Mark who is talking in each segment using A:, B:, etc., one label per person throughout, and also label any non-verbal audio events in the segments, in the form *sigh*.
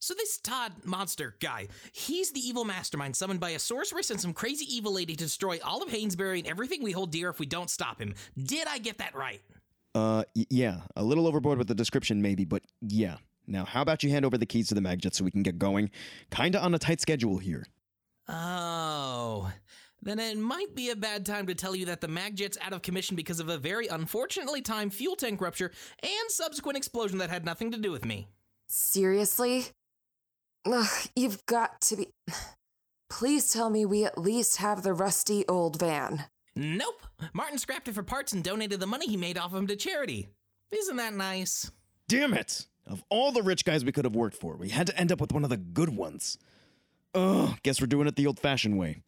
A: So this Todd monster guy, he's the evil mastermind summoned by a sorceress and some crazy evil lady to destroy all of Hainesbury and everything we hold dear if we don't stop him. Did I get that right?
B: Uh, y- yeah, a little overboard with the description, maybe, but yeah. Now, how about you hand over the keys to the magjet so we can get going? Kinda on a tight schedule here.
A: Oh. Then it might be a bad time to tell you that the Magjet's out of commission because of a very unfortunately timed fuel tank rupture and subsequent explosion that had nothing to do with me.
C: Seriously? Ugh, you've got to be. *sighs* Please tell me we at least have the rusty old van.
A: Nope. Martin scrapped it for parts and donated the money he made off him to charity. Isn't that nice?
B: Damn it! Of all the rich guys we could have worked for, we had to end up with one of the good ones. Ugh, guess we're doing it the old fashioned way.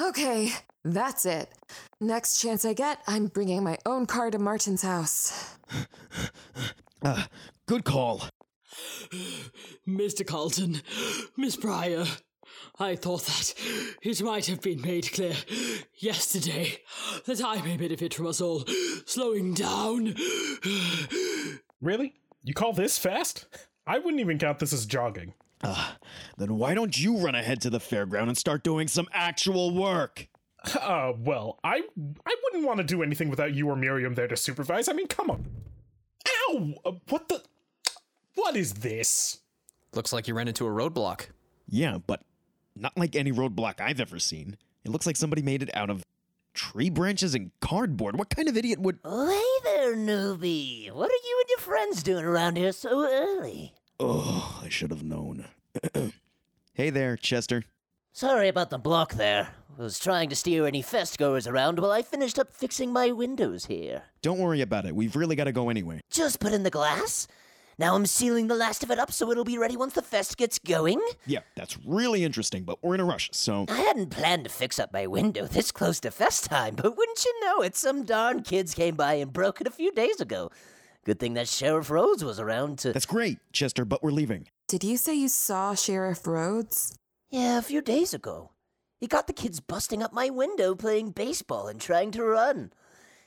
C: Okay, that's it. Next chance I get, I'm bringing my own car to Martin's house.
B: Uh, good call.
D: Mr. Carlton, Miss Pryor, I thought that it might have been made clear yesterday that I may benefit from us all slowing down.
E: Really? You call this fast? I wouldn't even count this as jogging.
B: Ah, Then why don't you run ahead to the fairground and start doing some actual work?
E: Uh, well, I I wouldn't want to do anything without you or Miriam there to supervise. I mean, come on. Ow! Uh, what the? What is this?
F: Looks like you ran into a roadblock.
B: Yeah, but not like any roadblock I've ever seen. It looks like somebody made it out of tree branches and cardboard. What kind of idiot would.
G: Oh, hey there, newbie. What are you and your friends doing around here so early?
B: Oh, I should have known. *clears throat* hey there, Chester.
G: Sorry about the block there. I was trying to steer any festgoers around while I finished up fixing my windows here.
B: Don't worry about it. We've really got to go anyway.
G: Just put in the glass. Now I'm sealing the last of it up so it'll be ready once the fest gets going.
B: Yeah, that's really interesting, but we're in a rush, so.
G: I hadn't planned to fix up my window this close to fest time, but wouldn't you know it, some darn kids came by and broke it a few days ago. Good thing that Sheriff Rhodes was around to.
B: That's great, Chester, but we're leaving.
C: Did you say you saw Sheriff Rhodes?
G: Yeah, a few days ago. He got the kids busting up my window playing baseball and trying to run.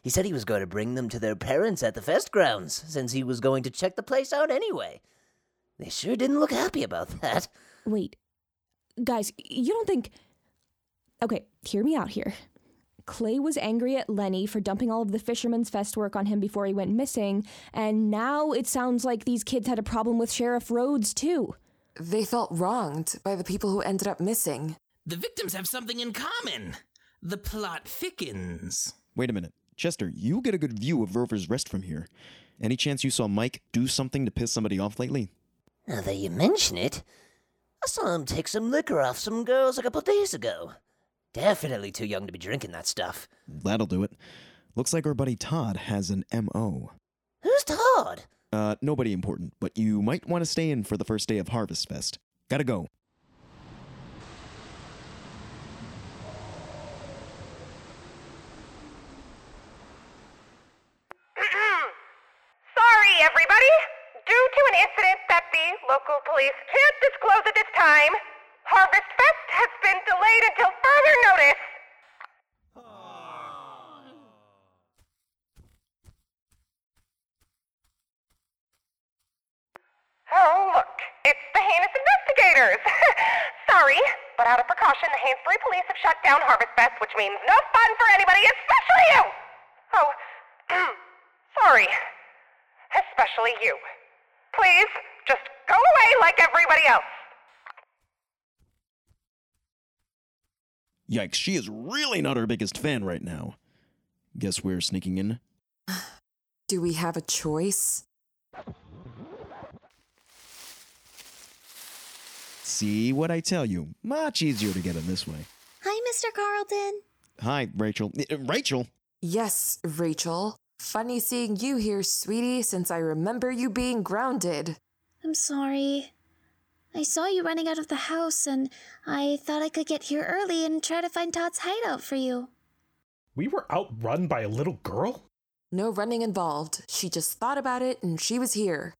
G: He said he was going to bring them to their parents at the fest grounds, since he was going to check the place out anyway. They sure didn't look happy about that.
H: Wait. Guys, you don't think. Okay, hear me out here. Clay was angry at Lenny for dumping all of the Fisherman's Fest work on him before he went missing, and now it sounds like these kids had a problem with Sheriff Rhodes, too.
C: They felt wronged by the people who ended up missing.
A: The victims have something in common. The plot thickens.
B: Wait a minute. Chester, you get a good view of Rover's Rest from here. Any chance you saw Mike do something to piss somebody off lately?
G: Now that you mention it, I saw him take some liquor off some girls a couple days ago. Definitely too young to be drinking that stuff.
B: That'll do it. Looks like our buddy Todd has an MO.
G: Who's Todd?
B: Uh, nobody important, but you might want to stay in for the first day of Harvest Fest. Gotta go.
I: Sorry, everybody. Due to an incident that the local police can't disclose at this time, Harvest Fest has been delayed until further notice. Oh, look. It's the heinous investigators. *laughs* Sorry, but out of precaution, the Hainesbury police have shut down Harvest Fest, which means no fun for anybody, especially you! Oh, *clears throat* sorry. Especially you. Please, just go away like everybody else.
B: Yikes, she is really not our biggest fan right now. Guess we're sneaking in.
C: Do we have a choice?
B: See what I tell you. Much easier to get in this way.
J: Hi, Mr. Carlton.
B: Hi, Rachel. Uh, Rachel?
C: Yes, Rachel. Funny seeing you here, sweetie, since I remember you being grounded.
J: I'm sorry. I saw you running out of the house, and I thought I could get here early and try to find Todd's hideout for you.
E: We were outrun by a little girl?
C: No running involved. She just thought about it and she was here.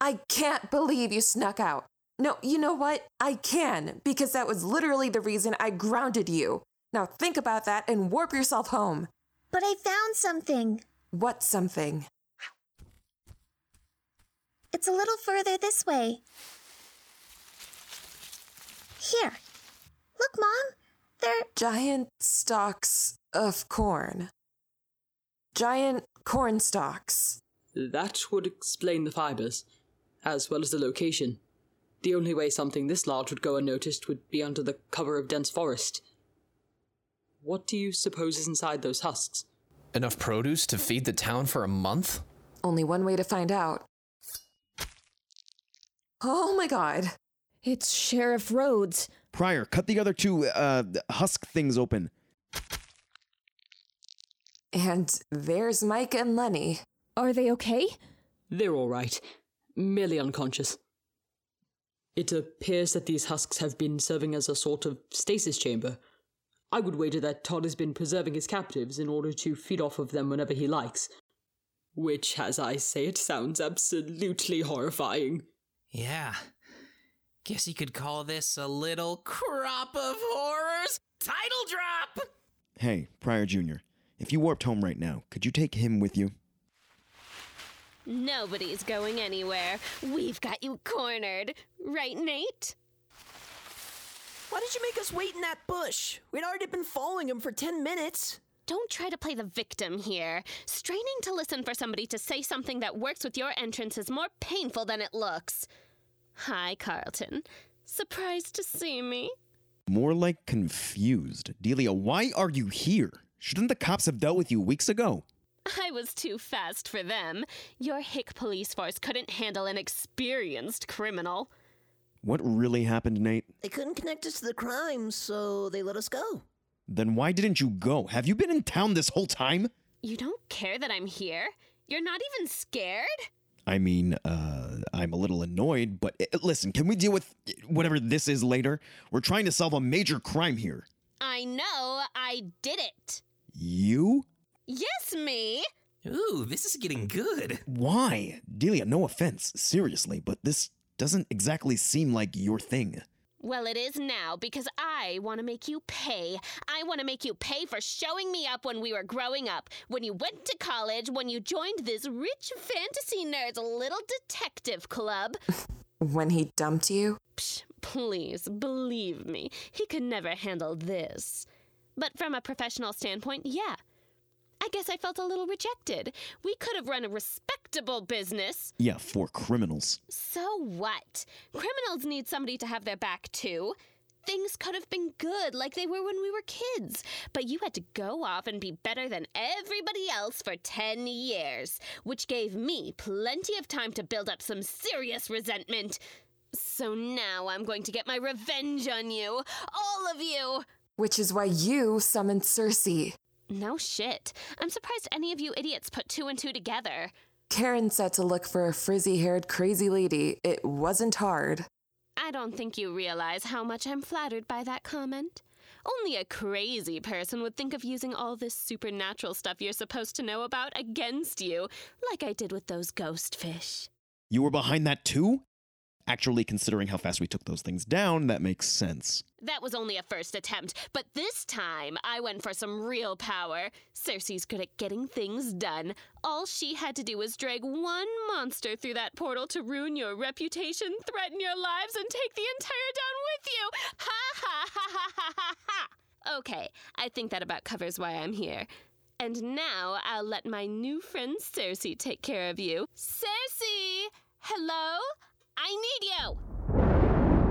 C: I can't believe you snuck out. No, you know what? I can, because that was literally the reason I grounded you. Now think about that and warp yourself home.
J: But I found something.
C: What something?
J: It's a little further this way. Here. Look, Mom. They're
C: giant stalks of corn. Giant corn stalks.
D: That would explain the fibers, as well as the location. The only way something this large would go unnoticed would be under the cover of dense forest. What do you suppose is inside those husks?
F: Enough produce to feed the town for a month?
C: Only one way to find out. Oh my god.
H: It's Sheriff Rhodes.
B: Prior, cut the other two uh, husk things open.
C: And there's Mike and Lenny.
H: Are they okay?
D: They're all right, merely unconscious. It appears that these husks have been serving as a sort of stasis chamber. I would wager that Todd has been preserving his captives in order to feed off of them whenever he likes. Which, as I say it, sounds absolutely horrifying.
A: Yeah. Guess you could call this a little crop of horrors title drop!
B: Hey, Prior Jr., if you warped home right now, could you take him with you?
K: Nobody's going anywhere. We've got you cornered. Right, Nate?
L: Why did you make us wait in that bush? We'd already been following him for 10 minutes.
K: Don't try to play the victim here. Straining to listen for somebody to say something that works with your entrance is more painful than it looks. Hi, Carlton. Surprised to see me?
B: More like confused. Delia, why are you here? Shouldn't the cops have dealt with you weeks ago?
K: I was too fast for them. Your hick police force couldn't handle an experienced criminal.
B: What really happened, Nate?
G: They couldn't connect us to the crime, so they let us go.
B: Then why didn't you go? Have you been in town this whole time?
K: You don't care that I'm here? You're not even scared?
B: I mean, uh, I'm a little annoyed, but uh, listen, can we deal with eh, whatever this is later? We're trying to solve a major crime here.
K: I know, I did it.
B: You?
K: Yes, me!
A: Ooh, this is getting good. *gasps*
B: Why? Delia, no offense, seriously, but this doesn't exactly seem like your thing.
K: Well, it is now because I want to make you pay. I want to make you pay for showing me up when we were growing up, when you went to college, when you joined this rich fantasy nerd's little detective club.
C: When he dumped you?
K: Psh, please, believe me, he could never handle this. But from a professional standpoint, yeah. I guess I felt a little rejected. We could have run a respectable business.
B: Yeah, for criminals.
K: So what? Criminals need somebody to have their back, too. Things could have been good like they were when we were kids, but you had to go off and be better than everybody else for 10 years, which gave me plenty of time to build up some serious resentment. So now I'm going to get my revenge on you, all of you!
C: Which is why you summoned Cersei.
K: No shit. I'm surprised any of you idiots put two and two together.
C: Karen set to look for a frizzy haired crazy lady. It wasn't hard.
K: I don't think you realize how much I'm flattered by that comment. Only a crazy person would think of using all this supernatural stuff you're supposed to know about against you, like I did with those ghost fish.
B: You were behind that too? Actually, considering how fast we took those things down, that makes sense.
K: That was only a first attempt, but this time I went for some real power. Cersei's good at getting things done. All she had to do was drag one monster through that portal to ruin your reputation, threaten your lives, and take the entire down with you. Ha ha ha ha ha ha ha! Okay, I think that about covers why I'm here. And now I'll let my new friend Cersei take care of you. Cersei! Hello? I need you!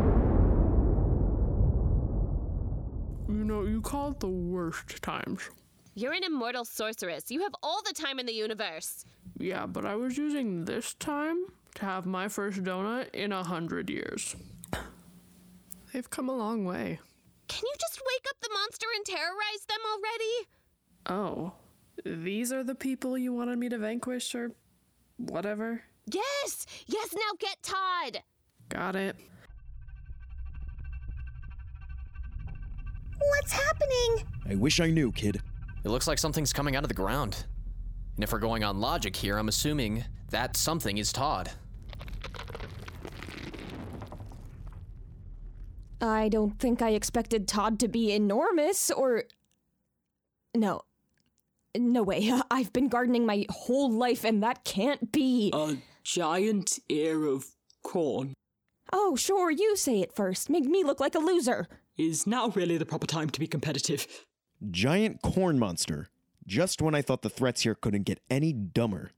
M: You know, you call it the worst times.
K: You're an immortal sorceress. You have all the time in the universe.
M: Yeah, but I was using this time to have my first donut in a hundred years. They've come a long way.
K: Can you just wake up the monster and terrorize them already?
M: Oh, these are the people you wanted me to vanquish or whatever?
K: Yes! Yes, now get Todd!
M: Got it.
J: What's happening?
B: I wish I knew, kid.
F: It looks like something's coming out of the ground. And if we're going on logic here, I'm assuming that something is Todd.
H: I don't think I expected Todd to be enormous or. No. *laughs* No way. I've been gardening my whole life and that can't be.
D: Uh, giant ear of corn
H: Oh, sure, you say it first. Make me look like a loser.
D: is now really the proper time to be competitive.
B: Giant corn monster. Just when I thought the threats here couldn't get any dumber.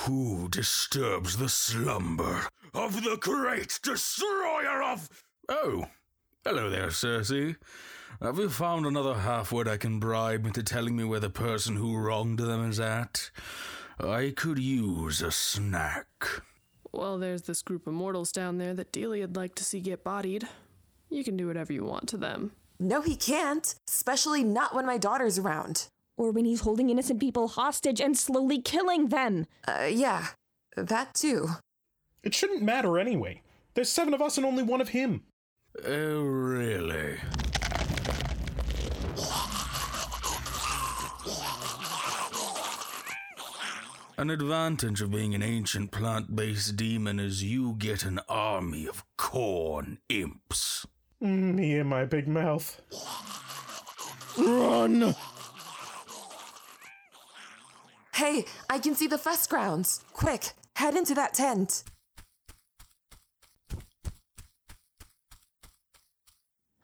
N: Who disturbs the slumber of the great destroyer of. Oh, hello there, Cersei. Have you found another half word I can bribe into telling me where the person who wronged them is at? I could use a snack.
M: Well, there's this group of mortals down there that Delia'd like to see get bodied. You can do whatever you want to them.
C: No, he can't, especially not when my daughter's around.
H: Or when he's holding innocent people hostage and slowly killing them.
C: Uh, yeah, that too.
E: It shouldn't matter anyway. There's seven of us and only one of him.
N: Oh, really? An advantage of being an ancient plant based demon is you get an army of corn imps.
E: Mm, Me and my big mouth.
B: Run!
C: Hey, I can see the fest grounds. Quick, head into that tent.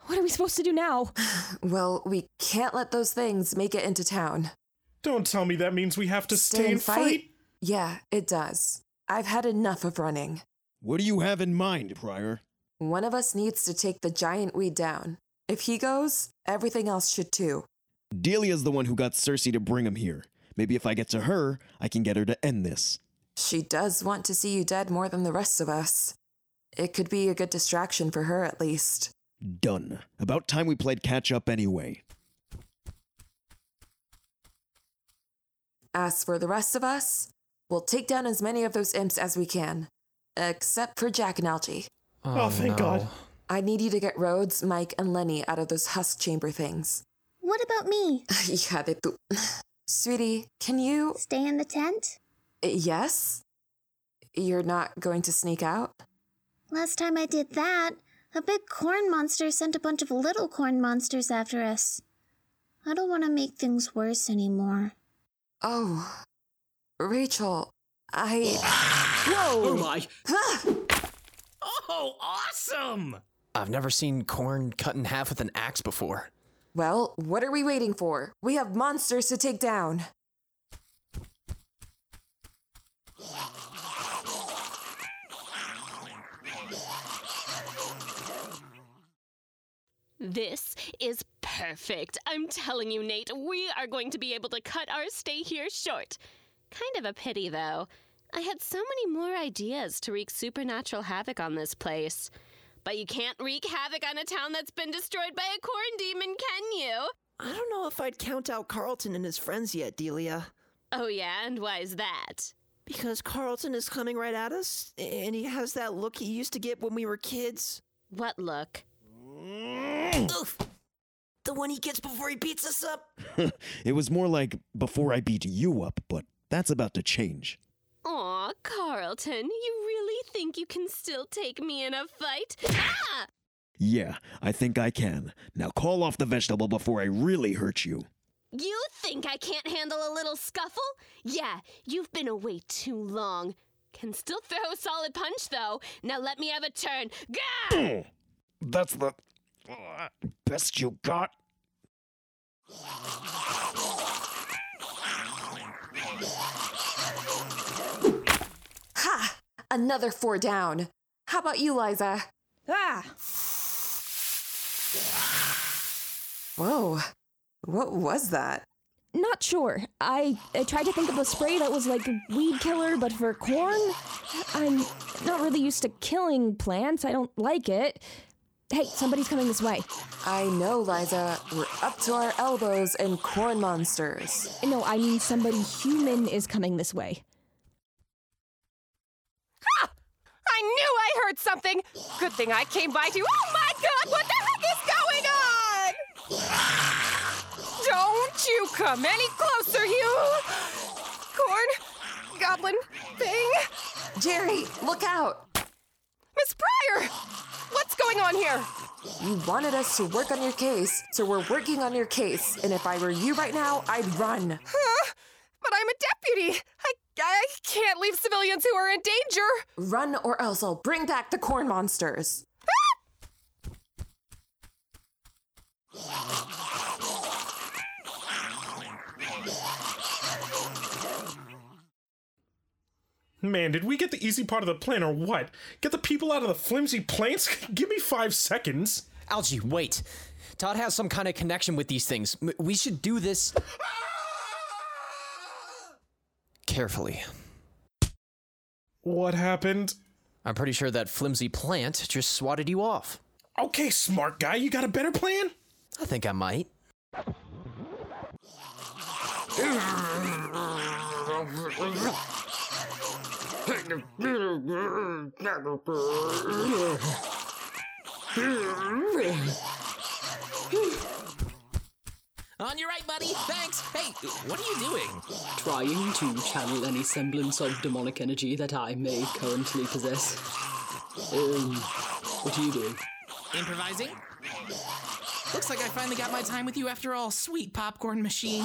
H: What are we supposed to do now?
C: *sighs* Well, we can't let those things make it into town.
E: Don't tell me that means we have to stay, and fight.
C: Yeah, it does. I've had enough of running.
B: What do you have in mind, Prior?
C: One of us needs to take the giant weed down. If he goes, everything else should too.
B: Delia's the one who got Cersei to bring him here. Maybe if I get to her, I can get her to end this.
C: She does want to see you dead more than the rest of us. It could be a good distraction for her, at least.
B: Done. About time we played catch up anyway. *laughs*
C: As for the rest of us, we'll take down as many of those imps as we can, except for Jack and Algie.
E: Oh, thank God.
C: I need you to get Rhodes, Mike, and Lenny out of those husk chamber things.
J: What about me?
C: *laughs* yeah, they poop. Sweetie, can you
J: Stay in the tent?
C: Yes? You're not going to sneak out?
J: Last time I did that, a big corn monster sent a bunch of little corn monsters after us. I don't want to make things worse anymore.
C: Oh, Rachel,
J: *sighs*
C: I. *laughs*
D: Whoa! Oh my!
A: Oh, awesome!
F: I've never seen corn cut in half with an axe before.
C: Well, what are we waiting for? We have monsters to take down.
K: This is perfect. I'm telling you, Nate, we are going to be able to cut our stay here short. Kind of a pity, though. I had so many more ideas to wreak supernatural havoc on this place. But you can't wreak havoc on a town that's been destroyed by a corn demon, can you?
L: I don't know if I'd count out Carlton and his friends yet, Delia.
K: Oh, yeah, and why is that?
L: Because Carlton is coming right at us, and he has that look he used to get when we were kids.
K: What look?
A: Mm.
L: Oof! The one he gets before he beats us up.
B: it was more like before I beat you up, but that's about to change.
K: Aw, Carlton, you really think you can still take me in a fight? Ah!
B: Yeah, I think I can. Now call off the vegetable before I really hurt you.
K: You think I can't handle a little scuffle? Yeah, you've been away too long. Can still throw a solid punch, though. Now let me have a turn. Gah!
B: Hmm. That's the best you got.
C: Ha! Another four down. How about you, Liza?
H: Ah!
C: Whoa. What was that?
H: Not sure. I, I tried to think of a spray that was like weed killer, but for corn? I'm not really used to killing plants. I don't like it. Hey, somebody's coming this way.
C: I know, Liza. We're up to our elbows in corn monsters.
H: No, I mean somebody human is coming this way.
O: I knew I heard something. Good thing I came by to. Oh my god, what the heck is going on? Don't you come any closer, you corn goblin thing.
C: Jerry, look out!
O: Miss Pryor, what's going on here?
C: You wanted us to work on your case, so we're working on your case. And if I were you right now, I'd run.
O: Huh? But I'm a deputy. I, I can't leave civilians who are in danger.
C: Run or else I'll bring back the corn monsters.
E: Man, did we get the easy part of the plan or what? Get the people out of the flimsy plants? *laughs* Give me five seconds.
F: Algie, wait. Todd has some kind of connection with these things. M- We should do this carefully.
E: What happened?
F: I'm pretty sure that flimsy plant just swatted you off.
E: Okay, smart guy, you got a better plan?
F: I think I might.
A: On your right, buddy. Thanks. Hey, what are you doing?
D: Trying to channel any semblance of demonic energy that I may currently possess. Um, what are you doing?
A: Improvising? Looks like I finally got my time with you after all, sweet popcorn machine.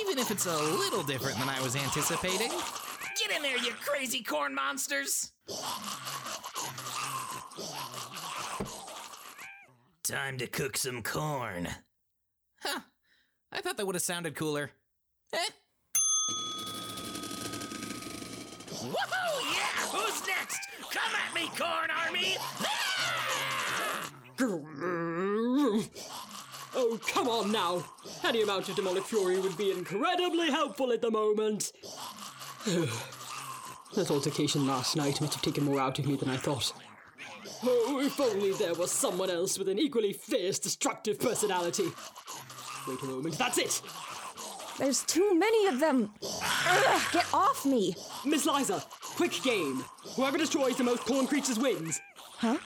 A: Even if it's a little different than I was anticipating. Get in there, you crazy corn monsters! Time to cook some corn. Huh. I thought that would have sounded cooler. Eh?
I: Woohoo! Yeah! Who's next? Come at me, Corn Army!
D: Oh, come on now! Any amount of demonic fury would be incredibly helpful at the moment! *sighs* that altercation last night must have taken more out of me than I thought. Oh, if only there was someone else with an equally fierce, destructive personality! Wait a moment, that's it!
H: There's too many of them. Ugh, get off me.
D: Miss Liza, quick game! Whoever destroys the most corn creatures wins!
H: Huh?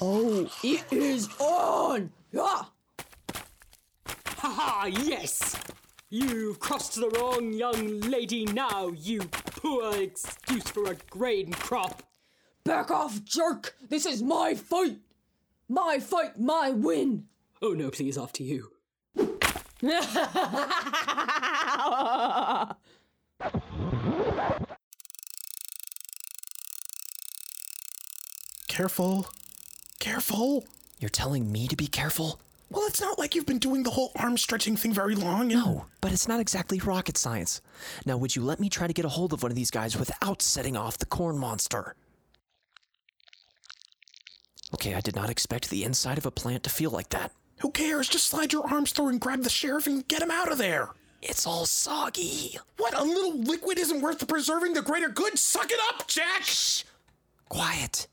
D: Oh, it is on! Ah! Haha, yes! You've crossed the wrong young lady now, you poor excuse for a grain crop! Back off, jerk! This is my fight! My fight, my win! Oh no, please, after you. *laughs*
E: Careful. Careful.
F: You're telling me to be careful?
E: Well, it's not like you've been doing the whole arm stretching thing very long. And
F: no, but it's not exactly rocket science. Now, would you let me try to get a hold of one of these guys without setting off the corn monster? Okay, I did not expect the inside of a plant to feel like that.
E: Who cares? Just slide your arms through and grab the sheriff and get him out of there.
F: It's all soggy.
E: What? A little liquid isn't worth preserving the greater good? Suck it up, Jack!
F: Quiet.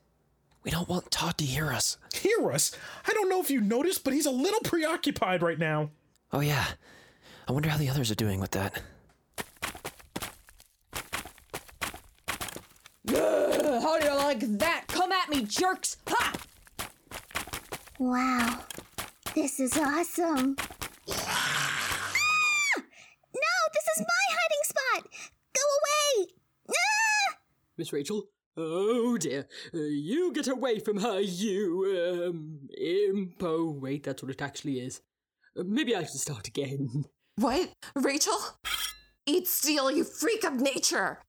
F: We don't want Todd to hear us.
E: Hear us? I don't know if you noticed, but he's a little preoccupied right now.
F: Oh, yeah. I wonder how the others are doing with that.
M: Ugh, how do you like that? Come at me, jerks! Ha!
J: Wow. This is awesome. Ah! No, this is my hiding spot. Go away. Ah!
D: Miss Rachel? Oh dear. Uh, you get away from her, you, um, imp. Oh, wait, that's what it actually is. Uh, maybe I should start again. *laughs*
C: What? Rachel? Eat steel, you freak of nature!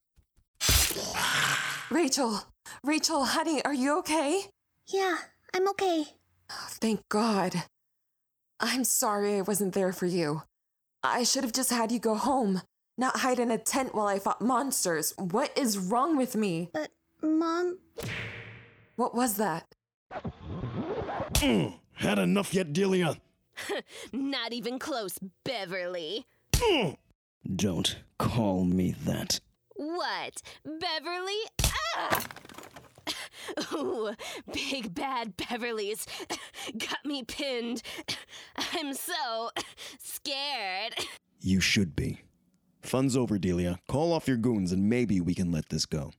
C: Rachel, Rachel, honey, are you okay?
J: Yeah, I'm okay.
C: Thank God. I'm sorry I wasn't there for you. I should have just had you go home, not hide in a tent while I fought monsters. What is wrong with me?
J: But, Mom,
C: What was that?
B: Mm, had enough yet, Delia?
K: *laughs* Not even close, Beverly.
B: Mm. Don't call me that.
K: What? Beverly? Ah! *laughs* Ooh, big bad Beverly's *laughs* got me pinned. *laughs* I'm so *laughs* scared. *laughs*
B: You should be. Fun's over, Delia. Call off your goons and maybe we can let this go.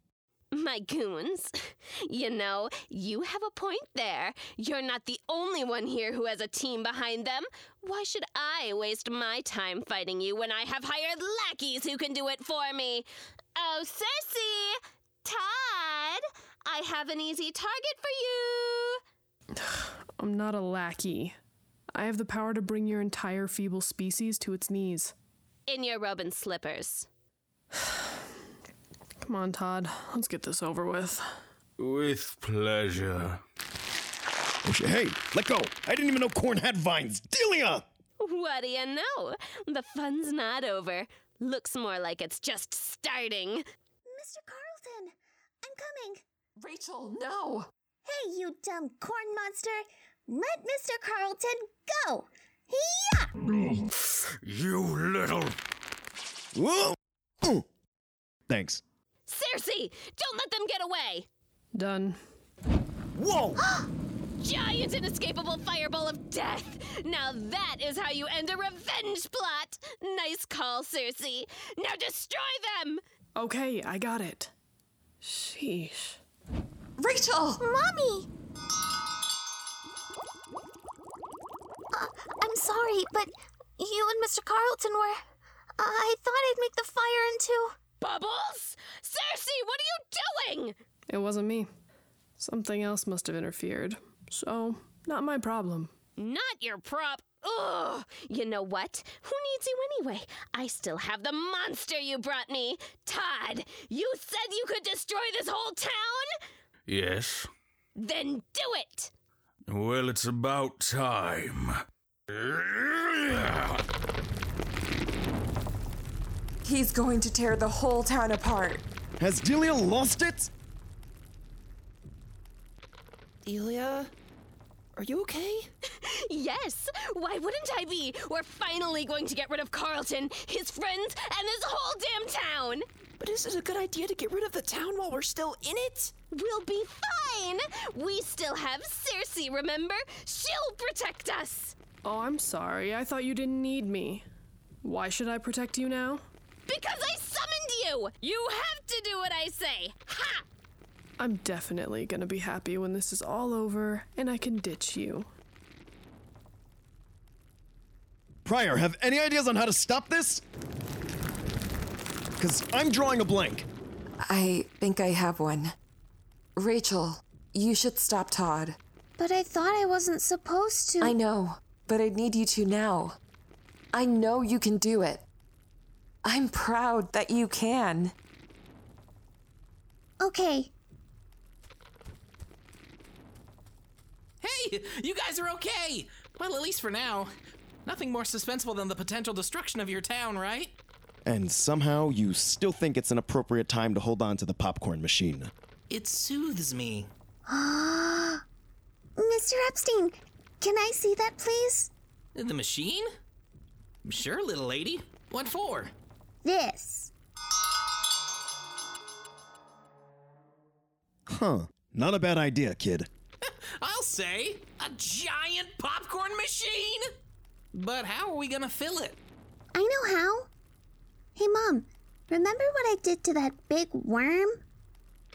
K: My goons, *laughs* you know, you have a point there. You're not the only one here who has a team behind them. Why should I waste my time fighting you when I have hired lackeys who can do it for me? Oh, Cersei! Todd! I have an easy target for you!
M: I'm not a lackey. I have the power to bring your entire feeble species to its knees.
K: in your robe and slippers.
M: Come on, Todd. Let's get this over with.
N: With pleasure.
B: Hey, let go. I didn't even know corn had vines. Delia!
K: What do you know? The fun's not over. Looks more like it's just starting.
J: Mr. Carlton, I'm coming.
C: Rachel, no.
J: Hey, you dumb corn monster. Let Mr. Carlton go.
N: You little.
B: Whoa! Ooh. Thanks.
K: Cersei, don't let them get away!
M: Done.
B: Whoa!
K: *gasps* Giant inescapable fireball of death! Now that is how you end a revenge plot! Nice call, Cersei! Now destroy them!
M: Okay, I got it. Sheesh.
C: Rachel!
J: Mommy! Uh, I'm sorry, but you and Mr. Carlton were. I thought I'd make the fire into.
K: Bubbles? Cersei, what are you doing?
M: It wasn't me. Something else must have interfered. So, not my problem.
K: Not your prop. Ugh! You know what? Who needs you anyway? I still have the monster you brought me! Todd, you said you could destroy this whole town?
N: Yes.
K: Then do it!
N: Well, it's about time.
C: He's going to tear the whole town apart.
B: Has Delia lost it?
L: Delia? Are you okay?
K: Yes! Why wouldn't I be? We're finally going to get rid of Carlton, his friends, and this whole damn town!
L: But is it a good idea to get rid of the town while we're still in it?
K: We'll be fine! We still have Cersei, remember? She'll protect us!
M: Oh, I'm sorry. I thought you didn't need me. Why should I protect you now?
K: Because I summoned you! You have to do what I say! Ha!
M: I'm definitely gonna be happy when this is all over and I can ditch you.
B: Pryor, have any ideas on how to stop this? Because I'm drawing a blank.
C: I think I have one. Rachel, you should stop Todd.
J: But I thought I wasn't supposed to.
C: I know, but I need you to now. I know you can do it. I'm proud that you can.
J: Okay,
A: Hey, you guys are okay! Well, at least for now. Nothing more suspenseful than the potential destruction of your town, right?
B: And somehow you still think it's an appropriate time to hold on to the popcorn machine.
A: It
J: *gasps*
A: soothes me.
J: Mr. Epstein, can I see that, please?
A: The machine? Sure, little lady. What for?
J: This.
B: Huh. Not a bad idea, kid.
A: I'll say a giant popcorn machine! But how are we gonna fill it?
J: I know how. Hey, Mom, remember what I did to that big worm?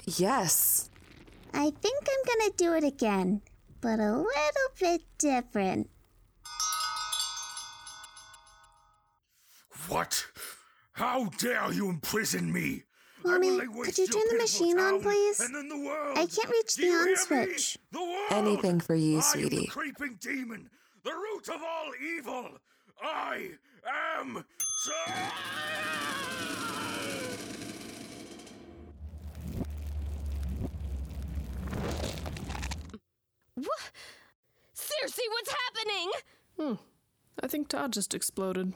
C: Yes.
J: I think I'm gonna do it again, but a little bit different.
N: What? How dare you imprison me?
J: Mommy,
N: I waste
J: could you
N: your
J: turn the
N: pitiful
J: machine on,
N: town
J: please?
N: And then the world.
J: I can't reach
N: Do
J: the
N: you hear
J: on
N: me?
J: switch.
N: The world.
C: Anything for you,
N: I am the
C: sweetie.
N: creeping demon, the root of all evil. I am.
K: Cersei, what's happening?
M: Hmm. I think Todd just exploded.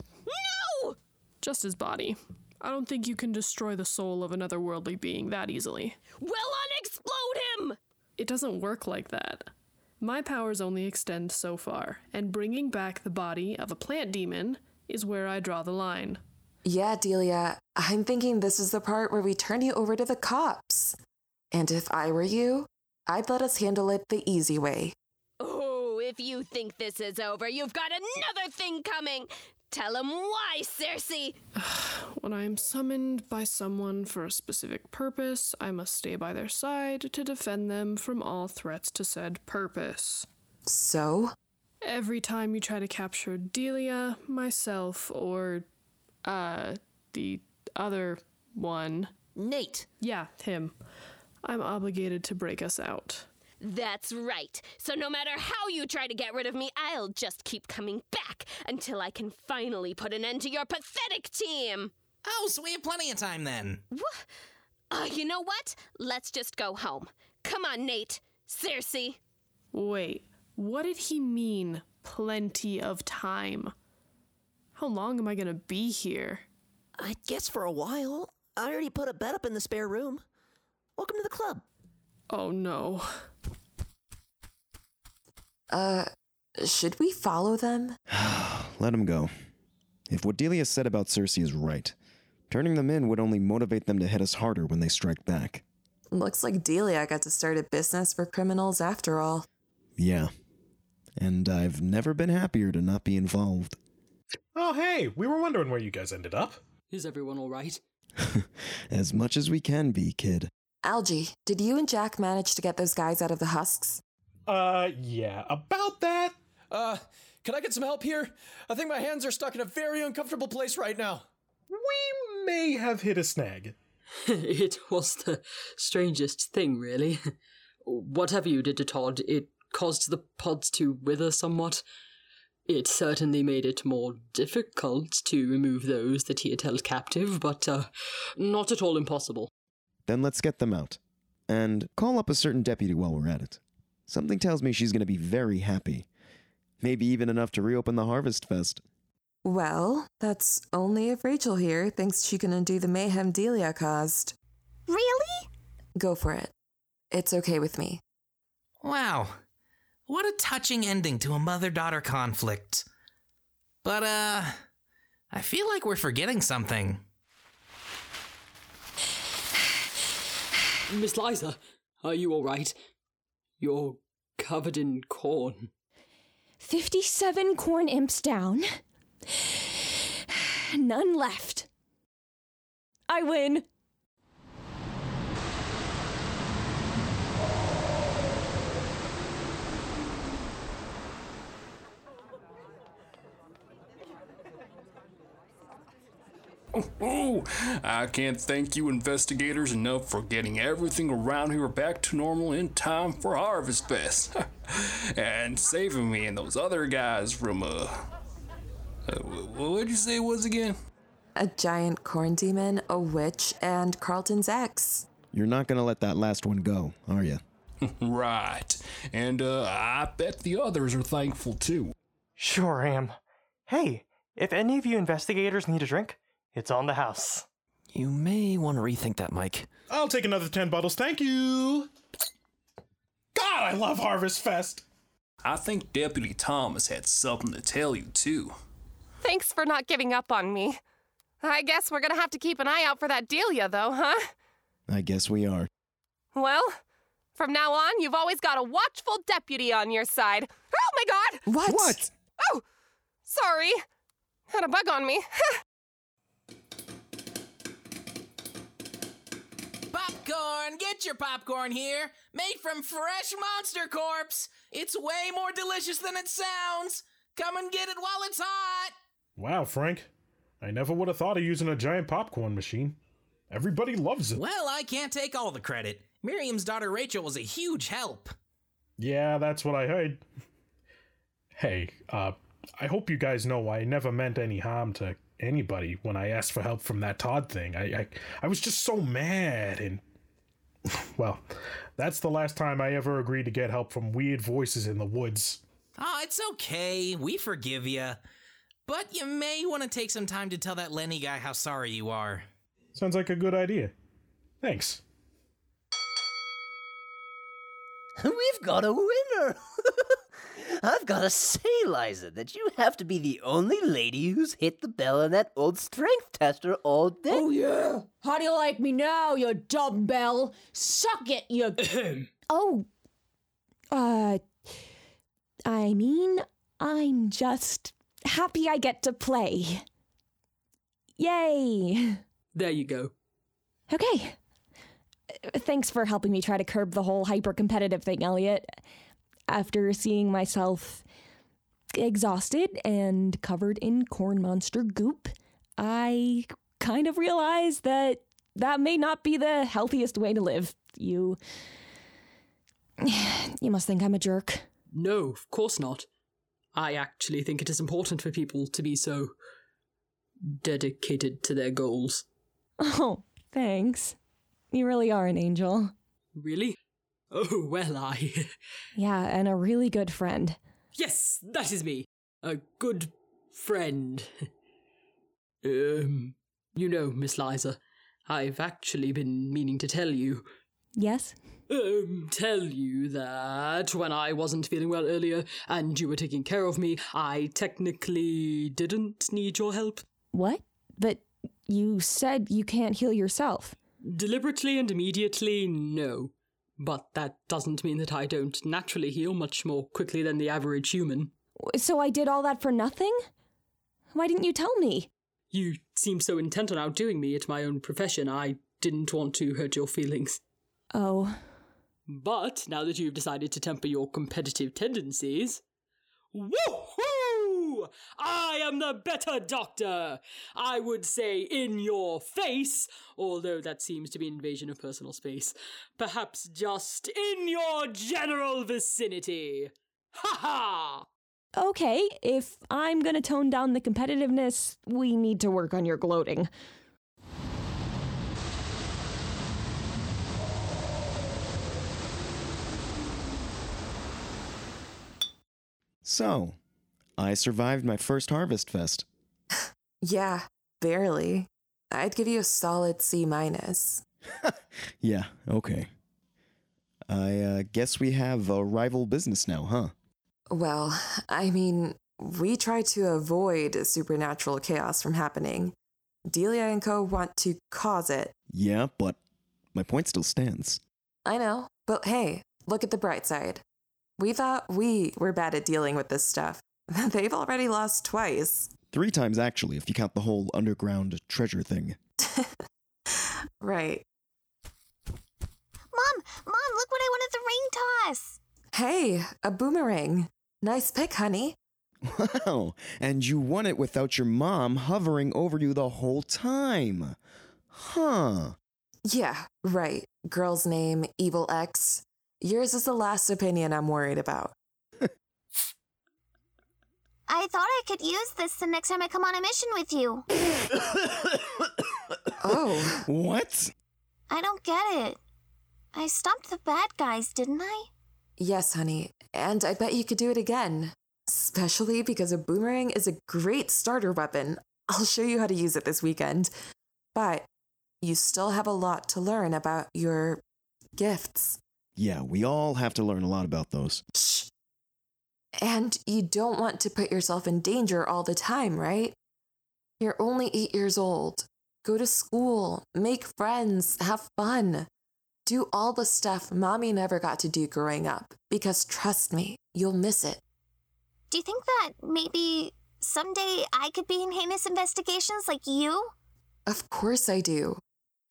K: No!
M: Just his body. I don't think you can destroy the soul of another worldly being that easily.
K: We'll unexplode him!
M: It doesn't work like that. My powers only extend so far, and bringing back the body of a plant demon is where I draw the line.
C: Yeah, Delia, I'm thinking this is the part where we turn you over to the cops. And if I were you, I'd let us handle it the easy way.
K: Oh, if you think this is over, you've got another thing coming! Tell him why, Cersei!
M: When I am summoned by someone for a specific purpose, I must stay by their side to defend them from all threats to said purpose.
C: So?
M: Every time you try to capture Delia, myself, or, uh, the other one.
L: Nate.
M: Yeah, him. I'm obligated to break us out.
K: That's right. So no matter how you try to get rid of me, I'll just keep coming back until I can finally put an end to your pathetic team.
A: Oh, so we have plenty of time then.
K: Uh, you know what? Let's just go home. Come on, Nate. Cersei.
M: Wait, what did he mean? Plenty of time. How long am I gonna be here?
L: I guess for a while. I already put a bed up in the spare room. Welcome to the club.
M: Oh no.
C: Uh, should we follow them?
B: Let him go. If what Delia said about Cersei is right, turning them in would only motivate them to hit us harder when they strike back.
C: Looks like Delia got to start a business for criminals after all.
B: Yeah. And I've never been happier to not be involved.
E: Oh, hey, we were wondering where you guys ended up.
D: Is everyone all right?
B: As much as we can be, kid.
C: Algie, did you and Jack manage to get those guys out of the husks?
E: Uh, yeah, about that.
P: Uh, can I get some help here? I think my hands are stuck in a very uncomfortable place right now.
E: We may have hit a snag.
D: it was the strangest thing, really. *laughs* Whatever you did to Todd, it caused the pods to wither somewhat. It certainly made it more difficult to remove those that he had held captive, but uh, not at all impossible.
B: Then let's get them out. And call up a certain deputy while we're at it. Something tells me she's going to be very happy. Maybe even enough to reopen the Harvest Fest.
C: Well, that's only if Rachel here thinks she can undo the mayhem Delia caused.
O: Really?
C: Go for it. It's okay with me.
A: Wow. What a touching ending to a mother daughter conflict. But, uh, I feel like we're forgetting something.
D: Miss Liza, are you all right? You're covered in corn.
H: 57 corn imps down. *sighs* None left. I win.
Q: Oh, I can't thank you investigators enough for getting everything around here back to normal in time for Harvest Fest. *laughs* and saving me and those other guys from, uh, uh, wh- what'd you say it was *laughs* again?
C: A giant corn demon, a witch, and Carlton's ex.
B: You're not going to let that last one go, are you?
Q: right. And, uh, I bet the others are thankful too.
R: Sure am. Hey, if any of you investigators need a drink, it's on the house.
F: You may want to rethink that, Mike.
E: I'll take another 10 bottles, thank you. God, I love Harvest Fest.
Q: I think Deputy Thomas had something to tell you too.
O: Thanks for not giving up on me. I guess we're gonna have to keep an eye out for that Delia, though, huh?
B: I guess we are.
O: Well, from now on, you've always got a watchful deputy on your side. Oh my god!
B: What? What?
O: Oh! Sorry. Had a bug on me. *laughs*
A: Popcorn, get your popcorn here, made from fresh monster corpse. It's way more delicious than it sounds. Come and get it while it's hot.
E: Wow, Frank. I never would have thought of using a giant popcorn machine. Everybody loves it.
A: Well, I can't take all the credit. Miriam's daughter Rachel was a huge help.
E: Yeah, that's what I heard. Hey, uh, I hope you guys know I never meant any harm to anybody when I asked for help from that Todd thing. I, I, I was just so mad, and *laughs* well, that's the last time I ever agreed to get help from weird voices in the woods.
A: Oh, it's okay. We forgive you. But you may want to take some time to tell that Lenny guy how sorry you are.
E: Sounds like a good idea. Thanks.
G: We've got a winner! *laughs* I've got to say, Liza, that you have to be the only lady who's hit the bell on that old strength tester all day. Oh, yeah.
S: How do you like me now, you dumbbell? Suck it, you.
G: *clears throat*
H: Oh, uh, I mean, I'm just happy I get to play. Yay!
D: There you go.
H: Okay. Uh, Thanks for helping me try to curb the whole hyper competitive thing, Elliot. After seeing myself exhausted and covered in corn monster goop, I kind of realized that that may not be the healthiest way to live. You *sighs* You must think I'm a jerk. *laughs*
D: No, of course not. I actually think it is important for people to be so dedicated to their goals.
H: Oh, thanks. You really are an angel.
D: Really? Oh, well, I.
H: Yeah, and a really good friend.
D: Yes, that is me. A good friend. *laughs* um, you know, Miss Liza, I've actually been meaning to tell you.
H: Yes?
D: Um, tell you that when I wasn't feeling well earlier and you were taking care of me, I technically didn't need your help.
H: What? But you said you can't heal yourself.
D: Deliberately and immediately, no. But that doesn't mean that I don't naturally heal much more quickly than the average human.
H: So I did all that for nothing? Why didn't you tell me?
D: You seem so intent on outdoing me at my own profession, I didn't want to hurt your feelings.
H: Oh.
D: But now that you've decided to temper your competitive tendencies, woohoo! I am the better doctor! I would say in your face, although that seems to be an invasion of personal space. Perhaps just in your general vicinity. Ha ha!
H: Okay, if I'm gonna tone down the competitiveness, we need to work on your gloating.
B: So, I survived my first Harvest Fest.
C: Yeah, barely. I'd give you a solid C minus.
B: Yeah, okay. I uh, guess we have a rival business now, huh?
C: Well, I mean, we try to avoid supernatural chaos from happening. Delia and Co. want to cause it.
B: Yeah, but my point still stands.
C: I know, but hey, look at the bright side. We thought we were bad at dealing with this stuff. *laughs* They've already lost twice.
B: Three times, actually, if you count the whole underground treasure thing.
C: Right.
J: Mom, Mom, look what I won at the ring toss!
C: Hey, a boomerang. Nice pick, honey.
B: Wow, and you won it without your mom hovering over you the whole time. Huh.
C: Yeah, right. Girl's name, Evil X. Yours is the last opinion I'm worried about.
J: I thought I could use this the next time I come on a mission with you.
C: Oh.
B: What?
J: I don't get it. I stopped the bad guys, didn't I?
C: Yes, honey. And I bet you could do it again. Especially because a boomerang is a great starter weapon. I'll show you how to use it this weekend. But you still have a lot to learn about your gifts.
B: Yeah, we all have to learn a lot about those. *laughs*
C: And you don't want to put yourself in danger all the time, right? You're only eight years old. Go to school, make friends, have fun. Do all the stuff mommy never got to do growing up, because trust me, you'll miss it.
J: Do you think that maybe someday I could be in heinous investigations like you?
C: Of course I do.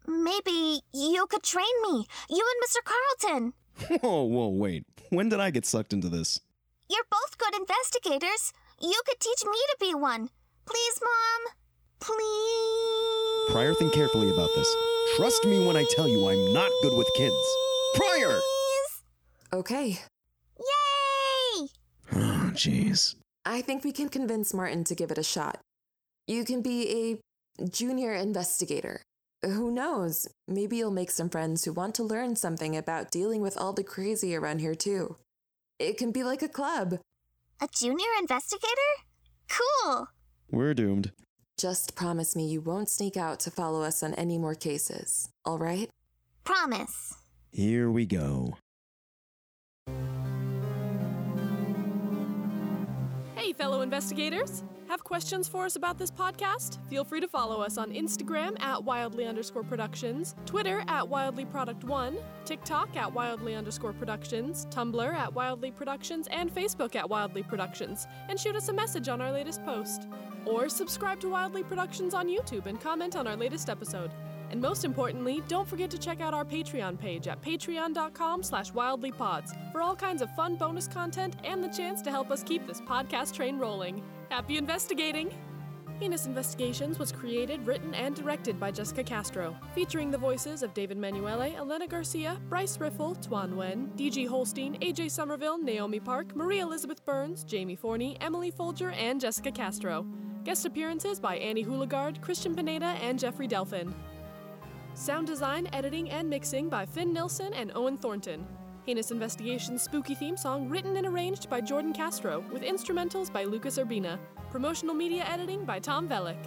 J: Maybe you could train me, you and Mr. Carlton.
B: Whoa, whoa, wait. When did I get sucked into this?
J: You're both good investigators. You could teach me to be one. Please, Mom. Please.
B: Pryor, think carefully about this. Trust me when I tell you I'm not good with kids. Pryor!
C: Okay.
J: Yay!
B: Oh, *sighs* jeez.
C: I think we can convince Martin to give it a shot. You can be a junior investigator. Who knows? Maybe you'll make some friends who want to learn something about dealing with all the crazy around here, too. It can be like a club.
J: A junior investigator? Cool.
B: We're doomed.
C: Just promise me you won't sneak out to follow us on any more cases, all right?
J: Promise.
B: Here we go.
T: Hey, fellow investigators! Have questions for us about this podcast? Feel free to follow us on Instagram at wildly underscore productions, Twitter at wildly product one, TikTok at wildly underscore productions, Tumblr at wildly productions, and Facebook at wildly productions. And shoot us a message on our latest post. Or subscribe to Wildly Productions on YouTube and comment on our latest episode. And most importantly, don't forget to check out our Patreon page at patreon.com slash wildlypods for all kinds of fun bonus content and the chance to help us keep this podcast train rolling. Happy investigating!
M: Heinous Investigations was created, written, and directed by Jessica Castro, featuring the voices of David Manuele, Elena Garcia, Bryce Riffle, Tuan Wen, DG Holstein, AJ Somerville, Naomi Park, Maria Elizabeth Burns, Jamie Forney, Emily Folger, and Jessica Castro. Guest appearances by Annie Houligard, Christian Pineda, and Jeffrey Delfin. Sound design, editing, and mixing by Finn Nilsson and Owen Thornton. Heinous Investigation's spooky theme song written and arranged by Jordan Castro, with instrumentals by Lucas Urbina. Promotional media editing by Tom Velick.